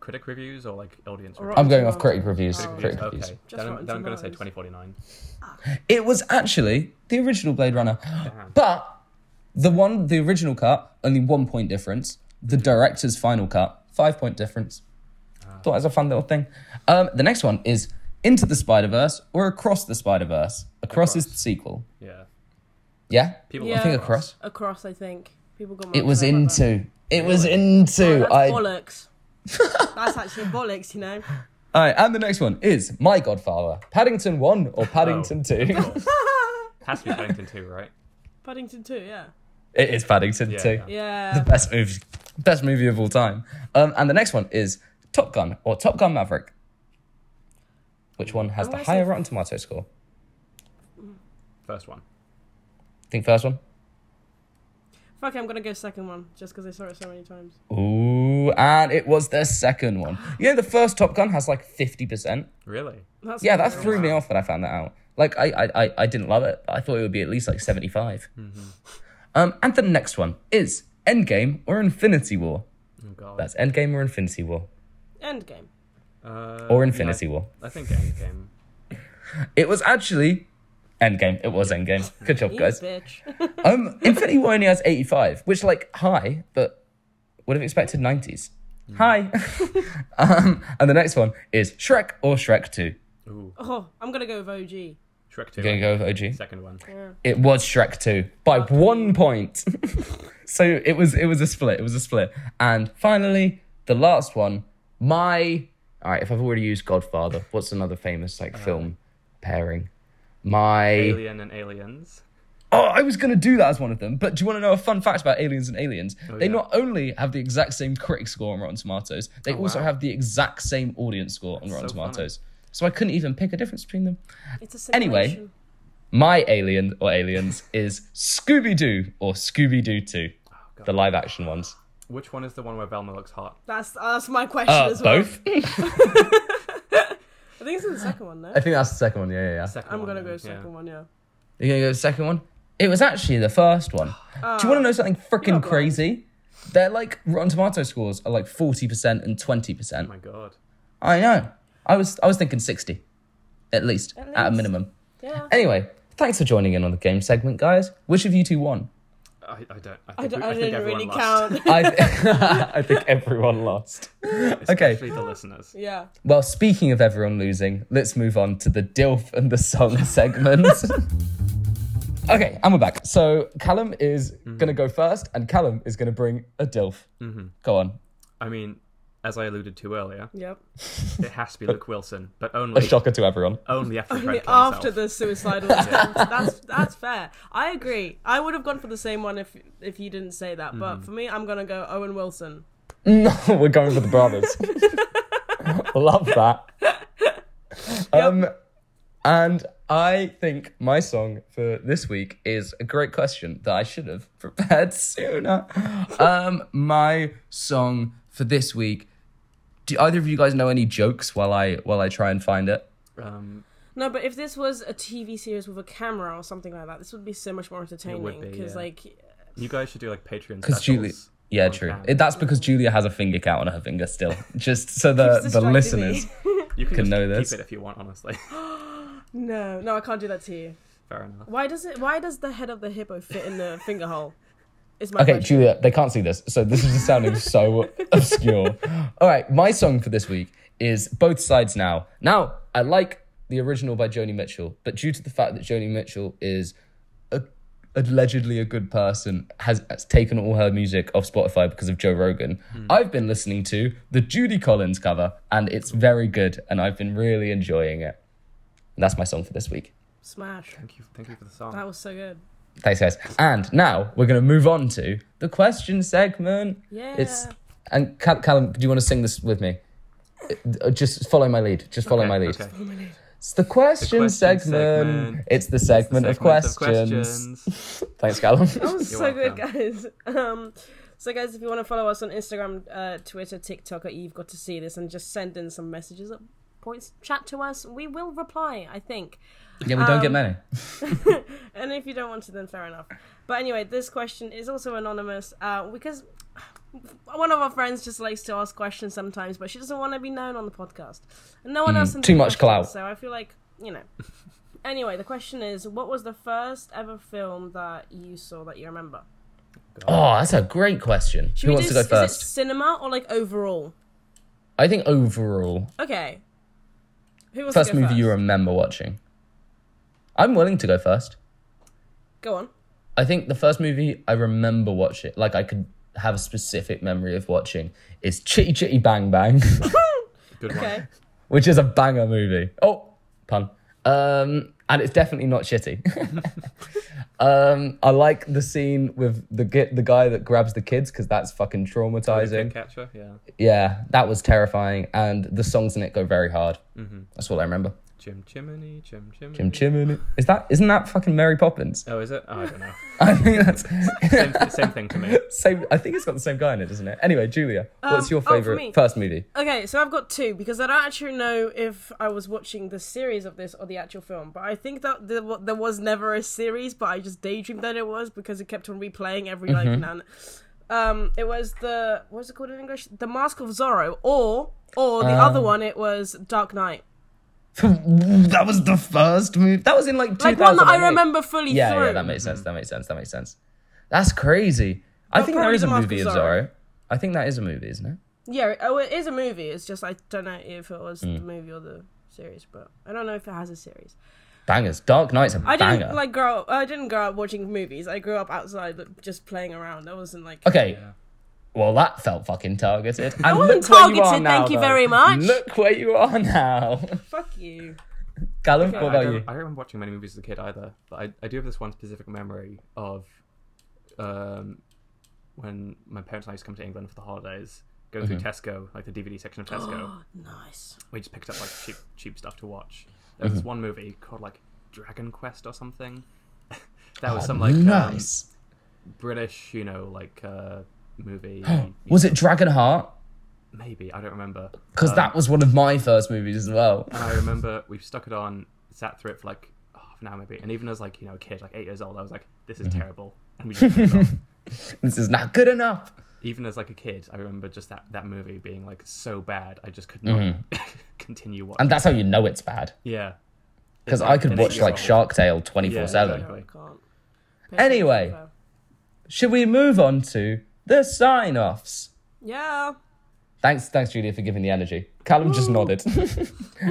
[SPEAKER 3] critic reviews or like audience
[SPEAKER 2] Or
[SPEAKER 3] reviews?
[SPEAKER 1] I'm going
[SPEAKER 2] Rotten
[SPEAKER 1] off critic
[SPEAKER 2] Tomatoes.
[SPEAKER 1] reviews.
[SPEAKER 2] Oh.
[SPEAKER 1] Critic
[SPEAKER 3] Okay,
[SPEAKER 1] reviews.
[SPEAKER 2] Just
[SPEAKER 3] then, I'm-
[SPEAKER 2] Rotten
[SPEAKER 3] then I'm going to say
[SPEAKER 2] Tomatoes.
[SPEAKER 3] 2049.
[SPEAKER 1] It was actually the original Blade Runner, but the one, the original cut, only one point difference. The director's final cut, five point difference.
[SPEAKER 3] Ah.
[SPEAKER 1] Thought that was a fun little thing. Um, the next one is Into the Spider Verse or Across the Spider Verse. Across, is the
[SPEAKER 3] Across.
[SPEAKER 1] sequel.
[SPEAKER 3] Yeah.
[SPEAKER 1] Yeah,
[SPEAKER 3] People
[SPEAKER 2] Yeah.
[SPEAKER 3] love
[SPEAKER 1] I think Across.
[SPEAKER 2] Across, I think people got.
[SPEAKER 1] It was
[SPEAKER 2] into.
[SPEAKER 1] Into. It was
[SPEAKER 2] Oh,
[SPEAKER 1] Into.
[SPEAKER 2] that's
[SPEAKER 1] I. All
[SPEAKER 2] bollocks. that's actually bollocks, you know.
[SPEAKER 1] right, and the next one is My Godfather, Paddington One
[SPEAKER 3] Oh.
[SPEAKER 1] or Paddington Two.
[SPEAKER 3] Has to be Paddington 2, right?
[SPEAKER 2] Paddington too, yeah.
[SPEAKER 1] it is Paddington
[SPEAKER 3] Yeah,
[SPEAKER 1] Two.
[SPEAKER 3] yeah.
[SPEAKER 2] Yeah.
[SPEAKER 1] best movie, best movie of all time. Um, and the next one is Top Gun or Top Gun Maverick. Which one has
[SPEAKER 2] I'm
[SPEAKER 1] the
[SPEAKER 2] gonna
[SPEAKER 1] higher
[SPEAKER 2] say-
[SPEAKER 1] Rotten Tomato score?
[SPEAKER 3] First one.
[SPEAKER 1] Think first one.
[SPEAKER 2] Fuck, it, I'm gonna go second one just because I saw it so many times.
[SPEAKER 1] Ooh, and it was their second one. You know, the first Top Gun has like 50%.
[SPEAKER 3] Really?
[SPEAKER 2] That's
[SPEAKER 1] Yeah, that
[SPEAKER 2] unreal.
[SPEAKER 1] threw me off when I found that out. Like, I, I, I, I didn't love it. I thought it would be at least like 75. Um, and the next one is Endgame or Infinity War.
[SPEAKER 3] Oh god.
[SPEAKER 1] That's Endgame or Infinity War.
[SPEAKER 2] Endgame.
[SPEAKER 3] Uh,
[SPEAKER 1] Or Infinity
[SPEAKER 3] I-
[SPEAKER 1] War.
[SPEAKER 3] I think Endgame.
[SPEAKER 1] It was actually Endgame. It was Endgame. Good job,
[SPEAKER 2] You
[SPEAKER 1] guys.
[SPEAKER 2] bitch.
[SPEAKER 1] Um, Infinity War only has 85, which, like, high, but would have expected 90s. Hi. um, and the next one is Shrek or Shrek 2.
[SPEAKER 3] Ooh,
[SPEAKER 2] oh, I'm gonna go with OG.
[SPEAKER 3] Shrek Two.
[SPEAKER 1] Gonna go with OG.
[SPEAKER 3] Second one.
[SPEAKER 1] It was Shrek 2 by one point. so it was it was a split. It was a split. And finally, the last one, my all right. If I've already used Godfather, what's another famous like film pairing? My
[SPEAKER 3] Alien and Aliens.
[SPEAKER 1] oh, I was gonna do that as one of them. But do you want to know a fun fact about Aliens and Aliens? they
[SPEAKER 3] Oh, yeah.
[SPEAKER 1] not only have the exact same critic score on Rotten Tomatoes, they also
[SPEAKER 3] Oh, wow.
[SPEAKER 1] have the exact same audience score on Rotten
[SPEAKER 3] so funny.
[SPEAKER 1] Tomatoes. So I couldn't even pick a difference between them.
[SPEAKER 2] It's a
[SPEAKER 1] Anyway.
[SPEAKER 2] simulation.
[SPEAKER 1] My alien or aliens is Scooby Doo or Scooby Doo 2,
[SPEAKER 3] Oh, God.
[SPEAKER 1] the live action ones.
[SPEAKER 3] Which one is the one where Velma looks hot?
[SPEAKER 2] That's that's my question
[SPEAKER 1] Uh,
[SPEAKER 2] as well.
[SPEAKER 1] both? I
[SPEAKER 2] I think it's in the second one though.
[SPEAKER 1] think that's the second one, yeah, yeah, yeah.
[SPEAKER 3] Second
[SPEAKER 2] I'm
[SPEAKER 3] one,
[SPEAKER 2] gonna
[SPEAKER 3] then,
[SPEAKER 2] go
[SPEAKER 3] yeah.
[SPEAKER 2] second one. Yeah.
[SPEAKER 1] You're gonna go to the second one? It was actually the first one.
[SPEAKER 3] Ah.
[SPEAKER 1] Do you wanna know something
[SPEAKER 2] you're
[SPEAKER 1] freaking
[SPEAKER 2] blind.
[SPEAKER 1] crazy? They're like Rotten Tomato scores are like 40% and 20%.
[SPEAKER 3] Oh my god.
[SPEAKER 1] I know. I was I was thinking 60, at least, at,
[SPEAKER 2] At
[SPEAKER 1] a
[SPEAKER 2] least.
[SPEAKER 1] minimum.
[SPEAKER 2] Yeah.
[SPEAKER 1] Anyway, thanks for joining in on the game segment, guys. Which of you two won?
[SPEAKER 3] I, I don't. I, think
[SPEAKER 2] I, d-
[SPEAKER 3] we-
[SPEAKER 2] I
[SPEAKER 3] I think
[SPEAKER 2] didn't
[SPEAKER 3] everyone
[SPEAKER 2] really
[SPEAKER 3] lost.
[SPEAKER 2] count.
[SPEAKER 1] I, I think everyone lost. Okay.
[SPEAKER 3] Especially the listeners.
[SPEAKER 2] yeah.
[SPEAKER 1] Well, speaking of everyone losing, let's move on to the DILF and the song segment. okay, and we're back. So Callum is going to go first, and Callum is going to bring a DILF. Go on.
[SPEAKER 3] I mean, as I alluded to earlier,
[SPEAKER 2] Yep.
[SPEAKER 3] it has to be Luke Wilson, but
[SPEAKER 1] A
[SPEAKER 3] only
[SPEAKER 1] shocker to everyone.
[SPEAKER 3] only after he
[SPEAKER 2] Only
[SPEAKER 3] drank
[SPEAKER 2] after
[SPEAKER 3] himself.
[SPEAKER 2] the suicidal attempt. That's that's fair. I agree. I would have gone for the same one if if you didn't say that.
[SPEAKER 3] Mm-hmm.
[SPEAKER 2] But for me, I'm gonna go Owen Wilson.
[SPEAKER 1] No, we're going for the brothers. Love that. Um, and I think my song for this week is a great question that I should have prepared sooner. Um, my song for this week. Do either of you guys know any jokes while I while I try and find it?
[SPEAKER 3] Um,
[SPEAKER 2] No, but if this was a TV series with a camera or something like that, this would be so much more entertaining.
[SPEAKER 3] be,
[SPEAKER 2] Because
[SPEAKER 3] yeah.
[SPEAKER 2] like,
[SPEAKER 3] you guys should do like Patreon
[SPEAKER 1] Because
[SPEAKER 3] specials.
[SPEAKER 1] Julia, yeah,
[SPEAKER 3] on
[SPEAKER 1] true.
[SPEAKER 3] cam.
[SPEAKER 1] It, that's because Julia has a finger count on her finger still, just so the
[SPEAKER 2] Keeps
[SPEAKER 1] Uh, the
[SPEAKER 2] distracting me.
[SPEAKER 1] listeners.
[SPEAKER 3] you can,
[SPEAKER 1] can
[SPEAKER 3] just
[SPEAKER 1] know
[SPEAKER 3] keep
[SPEAKER 1] this.
[SPEAKER 3] it if you want. Honestly,
[SPEAKER 2] no, no, I can't do that to you.
[SPEAKER 3] fair enough.
[SPEAKER 2] Why does it? Why does the head of the hippo fit in the finger hole? Is my
[SPEAKER 1] Okay,
[SPEAKER 2] question.
[SPEAKER 1] Julia, they can't see this, so this is just sounding so obscure. All right, my song for this week is Both Sides Now. Now, I like the original by Joni Mitchell, but due to the fact that Joni Mitchell is a, allegedly a good person, has, has taken all her music off Spotify because of Joe Rogan, I've been listening to the Judy Collins cover, and it's very good, and I've been really enjoying it. And that's my song for this week.
[SPEAKER 2] Smash.
[SPEAKER 3] Thank you, thank you for the song.
[SPEAKER 2] That was so good.
[SPEAKER 1] Thanks, guys. And now we're going to move on to the question segment.
[SPEAKER 2] Yeah.
[SPEAKER 1] It's and Cal- Callum, do you want to sing this with me? Uh, Just follow my lead. Just follow
[SPEAKER 3] Okay,
[SPEAKER 1] my lead.
[SPEAKER 3] okay.
[SPEAKER 1] It's the question,
[SPEAKER 3] question
[SPEAKER 1] segment.
[SPEAKER 3] segment.
[SPEAKER 1] It's the
[SPEAKER 3] The
[SPEAKER 1] segment, of,
[SPEAKER 3] segment of
[SPEAKER 1] questions. Thanks, Callum.
[SPEAKER 2] That was
[SPEAKER 3] You're
[SPEAKER 2] so good,
[SPEAKER 3] welcome.
[SPEAKER 2] guys. Um, so, guys, if you want to follow us on Instagram, uh, Twitter, TikTok, or you've got to see this, and just send in some messages at points, chat to us. We will reply, I think.
[SPEAKER 1] yeah, we don't
[SPEAKER 2] um,
[SPEAKER 1] get many.
[SPEAKER 2] And if you don't want to, then fair enough. But anyway, this question is also anonymous uh, because one of our friends just likes to ask questions sometimes, but she doesn't want to be known on the podcast. And no one else. sends
[SPEAKER 1] Hmm, too
[SPEAKER 2] in
[SPEAKER 1] much
[SPEAKER 2] questions,
[SPEAKER 1] clout.
[SPEAKER 2] So I feel like you know. anyway, the question is: What was the first ever film that you saw that you remember?
[SPEAKER 1] Oh, that's a great question.
[SPEAKER 2] Should
[SPEAKER 1] Who
[SPEAKER 2] we
[SPEAKER 1] wants to
[SPEAKER 2] do,
[SPEAKER 1] go
[SPEAKER 2] is
[SPEAKER 1] first?
[SPEAKER 2] it cinema or like overall?
[SPEAKER 1] I think overall,
[SPEAKER 2] Okay. Who wants
[SPEAKER 1] first
[SPEAKER 2] to go
[SPEAKER 1] movie
[SPEAKER 2] first?
[SPEAKER 1] you remember watching. I'm willing to go first.
[SPEAKER 2] Go on.
[SPEAKER 1] I think the first movie I remember watching, like I could have a specific memory of watching, is Chitty Chitty Bang Bang.
[SPEAKER 3] Good one.
[SPEAKER 2] Okay.
[SPEAKER 1] which is a banger movie. Oh, pun. Um, and it's definitely not shitty. um, I like the scene with the gi- the guy that grabs the kids because that's fucking
[SPEAKER 3] Kid
[SPEAKER 2] Oh,
[SPEAKER 1] traumatizing.
[SPEAKER 3] Catcher, yeah.
[SPEAKER 2] Mm-hmm.
[SPEAKER 1] Yeah, that was terrifying, and the songs in it go very hard. That's all I remember.
[SPEAKER 3] Chim chimney, chim chimney.
[SPEAKER 1] Chim chim. Is that isn't that fucking Mary Poppins?
[SPEAKER 3] Oh, is it? Oh, I don't know.
[SPEAKER 1] I think that's
[SPEAKER 3] Same, same thing to me.
[SPEAKER 1] same. I think it's got the same guy in it, doesn't it? Anyway, Julia, what's
[SPEAKER 2] Um,
[SPEAKER 1] your
[SPEAKER 2] oh, for
[SPEAKER 1] favorite
[SPEAKER 2] me.
[SPEAKER 1] first movie?
[SPEAKER 2] Okay, so I've got two because I don't actually know if I was watching the series of this or the actual film, but I think that there, wa- there was never a series, but I just daydreamed that it was because it kept on replaying every like
[SPEAKER 1] Mm-hmm.
[SPEAKER 2] nan. Um, it was the what's it called in English? The Mask of Zorro, or or the
[SPEAKER 1] Um,
[SPEAKER 2] other one. It was Dark Knight,
[SPEAKER 1] that was the first movie. That was in like
[SPEAKER 2] like one that I
[SPEAKER 1] 2008.
[SPEAKER 2] remember fully
[SPEAKER 1] Yeah,
[SPEAKER 2] through.
[SPEAKER 1] yeah, that makes sense.
[SPEAKER 2] Mm.
[SPEAKER 1] That makes sense. That makes sense. That's crazy. I think there
[SPEAKER 2] probably
[SPEAKER 1] is a
[SPEAKER 2] The Mask
[SPEAKER 1] movie of
[SPEAKER 2] of
[SPEAKER 1] Zorro. I think that is a movie, isn't it?
[SPEAKER 2] Yeah, oh, it is a movie. It's just I don't know if it was
[SPEAKER 1] Mm.
[SPEAKER 2] the movie or the series, but I don't know if it has a series.
[SPEAKER 1] Bangers. Dark Knight's a
[SPEAKER 2] I
[SPEAKER 1] banger.
[SPEAKER 2] didn't like grow. Up, I didn't grow up watching movies. I grew up outside, like, just playing around. I wasn't like.
[SPEAKER 1] Okay.
[SPEAKER 3] Yeah.
[SPEAKER 1] Well, that felt fucking targeted. And I
[SPEAKER 2] wasn't
[SPEAKER 1] look Where you are
[SPEAKER 2] targeted,
[SPEAKER 1] now,
[SPEAKER 2] thank you
[SPEAKER 1] though.
[SPEAKER 2] very much.
[SPEAKER 1] Look where you are now,
[SPEAKER 2] Fuck you.
[SPEAKER 1] Callum.
[SPEAKER 2] Okay.
[SPEAKER 1] What
[SPEAKER 3] I
[SPEAKER 1] about
[SPEAKER 3] don't,
[SPEAKER 1] you?
[SPEAKER 3] I don't remember watching many movies as a kid either, but I, I do have this one specific memory of um, when my parents and I used to come to England for the holidays, going
[SPEAKER 1] Mm-hmm.
[SPEAKER 3] through Tesco, like the DVD section of Tesco.
[SPEAKER 2] Nice.
[SPEAKER 3] we just picked up like cheap, cheap stuff to watch. There
[SPEAKER 1] Mm-hmm.
[SPEAKER 3] was this one movie called like Dragon Quest or something. that was some like um,
[SPEAKER 1] Ah, nice.
[SPEAKER 3] British, you know, like uh, movie.
[SPEAKER 1] was it Dragonheart?
[SPEAKER 3] Maybe I don't remember.
[SPEAKER 1] Because
[SPEAKER 2] Uh.
[SPEAKER 1] that was one of my first movies as well.
[SPEAKER 3] And I remember we stuck it on, sat through it for like half an hour maybe, and even as like you know a kid, like eight years old, I was like, this
[SPEAKER 1] Mm-hmm.
[SPEAKER 3] is terrible. And we just put it off.
[SPEAKER 1] This is not good enough.
[SPEAKER 3] even as like a kid, I remember just that that movie being like so bad, I just could not continue watching.
[SPEAKER 1] Mm-hmm. And that's how you know it's bad.
[SPEAKER 3] yeah,
[SPEAKER 1] Because I could
[SPEAKER 3] An
[SPEAKER 1] watch like
[SPEAKER 3] eight-year-old.
[SPEAKER 1] Shark Tale 24 7.
[SPEAKER 3] Yeah.
[SPEAKER 2] No, I can't.
[SPEAKER 1] Anyway. Should we move on to the sign offs?
[SPEAKER 2] Yeah.
[SPEAKER 1] Thanks, thanks, Julia, for giving the energy. Callum just nodded.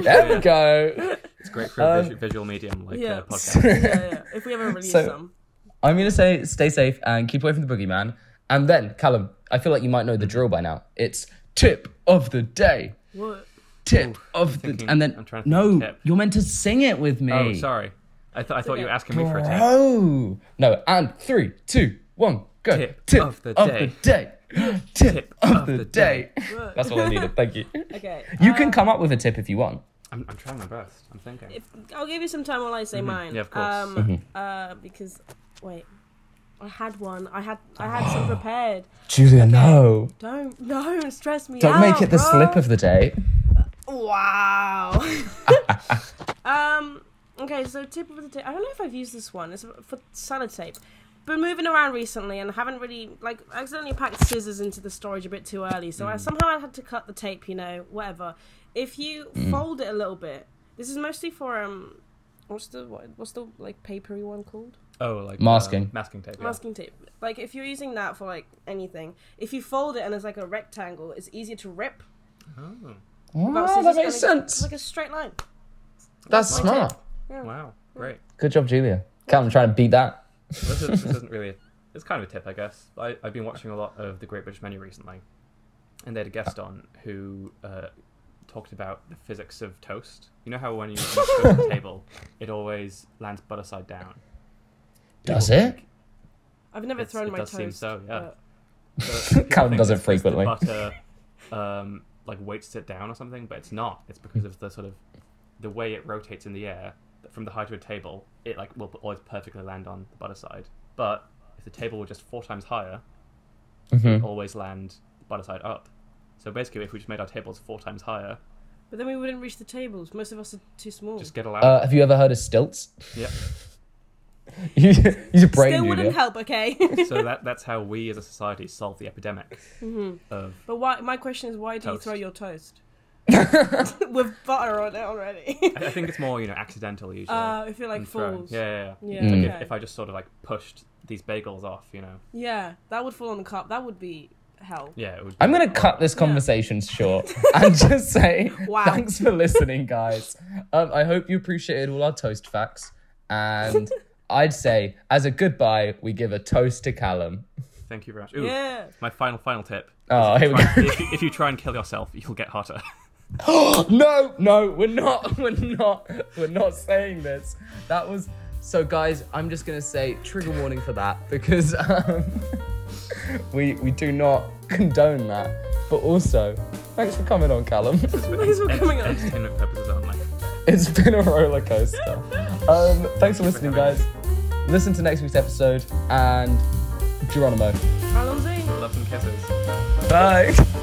[SPEAKER 1] there we go.
[SPEAKER 3] it's great for
[SPEAKER 1] Um,
[SPEAKER 3] a visu- visual medium like
[SPEAKER 2] yeah.
[SPEAKER 3] uh, podcast.
[SPEAKER 2] Yeah, yeah. If we ever release
[SPEAKER 1] So-
[SPEAKER 2] them.
[SPEAKER 1] I'm gonna say stay safe and keep away from the boogeyman. And then, Callum, I feel like you might know the drill by now. It's tip of the day.
[SPEAKER 2] What?
[SPEAKER 1] Tip of
[SPEAKER 3] thinking-
[SPEAKER 1] the and then
[SPEAKER 3] I'm trying to think
[SPEAKER 1] no,
[SPEAKER 3] of tip.
[SPEAKER 1] you're meant to sing it with me.
[SPEAKER 3] Oh, sorry. I, th- I thought you were asking me for a tip.
[SPEAKER 1] Oh no! And three, two, one, go.
[SPEAKER 3] Tip of the
[SPEAKER 1] day. Tip, of, the, day. That's all I needed. Thank you.
[SPEAKER 2] Okay. uh,
[SPEAKER 1] You can come up with a tip if you want.
[SPEAKER 3] I'm, I'm trying my best. I'm thinking.
[SPEAKER 2] If, I'll give you some time while I say mine.
[SPEAKER 3] Mm-hmm. Yeah, of course.
[SPEAKER 2] Um,
[SPEAKER 1] Mm-hmm.
[SPEAKER 2] uh, because wait, I had one. I had I had some prepared.
[SPEAKER 1] Julia, no.
[SPEAKER 2] Don't don't stress me
[SPEAKER 1] Don't
[SPEAKER 2] out.
[SPEAKER 1] make it the
[SPEAKER 2] bro.
[SPEAKER 1] slip of the day.
[SPEAKER 2] Wow. um. Okay, so tip of the day. I don't know if I've used this one. It's for sellotape. Been moving around recently and haven't really like accidentally packed scissors into the storage a bit too early. So
[SPEAKER 1] Mm.
[SPEAKER 2] I somehow I had to cut the tape. You know, whatever. If you
[SPEAKER 1] Mm.
[SPEAKER 2] fold it a little bit, this is mostly for um. What's the what, what's the like papery one called?
[SPEAKER 3] Oh, like
[SPEAKER 1] Masking.
[SPEAKER 3] uh, masking tape. Yeah.
[SPEAKER 2] Masking tape. Like if you're using that for like anything, if you fold it and it's like a rectangle, it's easier to rip.
[SPEAKER 3] Oh,
[SPEAKER 2] without
[SPEAKER 1] Oh, that
[SPEAKER 2] scissors,
[SPEAKER 1] makes
[SPEAKER 2] and it's- It's
[SPEAKER 1] sense.
[SPEAKER 2] like a straight line.
[SPEAKER 1] That's
[SPEAKER 2] my
[SPEAKER 1] smart.
[SPEAKER 3] wow, great.
[SPEAKER 1] Good job, Julia. Callum, trying to beat that.
[SPEAKER 3] This, is, this isn't really. A, it's kind of a tip, I guess. I, I've been watching a lot of the Great British Menu recently, and they had a guest on who uh, talked about the physics of toast. You know how when you when you toast the table, it always lands butter side down.
[SPEAKER 1] Does
[SPEAKER 3] People
[SPEAKER 1] it?
[SPEAKER 3] think-
[SPEAKER 2] I've never
[SPEAKER 3] It's-
[SPEAKER 2] thrown
[SPEAKER 3] it
[SPEAKER 2] my
[SPEAKER 3] does
[SPEAKER 2] toast.
[SPEAKER 3] seem so, yeah.
[SPEAKER 2] but-
[SPEAKER 3] so people
[SPEAKER 1] Callum
[SPEAKER 3] think
[SPEAKER 1] does it
[SPEAKER 3] it's 'cause the
[SPEAKER 1] frequently.
[SPEAKER 3] Butter, um, like weights it down or something, but it's not. It's because of the sort of the way it rotates in the air that from the height of a table. It like will always perfectly land on the butter side. But if the table were just four times higher, it would always land butter side up. So basically, if we just made our tables four times higher,
[SPEAKER 2] But then we wouldn't reach the tables. Most of us are too small.
[SPEAKER 3] just get allowed.
[SPEAKER 1] Uh, have you ever heard of stilts?
[SPEAKER 3] yeah.
[SPEAKER 1] Use your brain,
[SPEAKER 2] Still
[SPEAKER 1] Julia.
[SPEAKER 2] wouldn't help, okay?
[SPEAKER 3] So that that's how we as a society solve the epidemic of
[SPEAKER 2] but why? My question is, why do you
[SPEAKER 3] Toast.
[SPEAKER 2] throw your toast with butter on it already?
[SPEAKER 3] I think it's more, you know, accidental usually.
[SPEAKER 2] uh, if you're like
[SPEAKER 3] and thrown.
[SPEAKER 2] fools,
[SPEAKER 3] Yeah, yeah, yeah.
[SPEAKER 2] Yeah,
[SPEAKER 3] Like
[SPEAKER 2] okay.
[SPEAKER 3] if, if I just sort of like pushed these bagels off, you know.
[SPEAKER 2] Yeah, that would fall on the cup. That would be hell.
[SPEAKER 3] Yeah, it would.
[SPEAKER 1] I'm going to cut this conversation short and just say
[SPEAKER 2] Wow.
[SPEAKER 1] thanks for listening, guys. Um, I hope you appreciated all our toast facts. And I'd say, as a goodbye, we give a toast to Callum.
[SPEAKER 3] oh, Thank you very much. Ooh,
[SPEAKER 2] Yeah.
[SPEAKER 3] My final, final tip.
[SPEAKER 1] Oh, here we
[SPEAKER 3] Try-
[SPEAKER 1] go.
[SPEAKER 3] if, you, if you try and kill yourself, you'll get hotter.
[SPEAKER 1] no, no, we're not. We're not. We're not saying this. That was. So, guys, I'm just gonna say trigger warning for that because um, we we do not condone that. But also, thanks for coming on, Callum.
[SPEAKER 3] It's for
[SPEAKER 2] Thanks for
[SPEAKER 3] ent-
[SPEAKER 2] coming on.
[SPEAKER 3] entertainment purposes only.
[SPEAKER 1] It's been a roller coaster. Um, thanks for listening,
[SPEAKER 3] having
[SPEAKER 1] guys.
[SPEAKER 3] me.
[SPEAKER 1] Listen to next week's episode and Geronimo.
[SPEAKER 2] Alonzi.
[SPEAKER 3] Love and kisses.
[SPEAKER 1] Bye.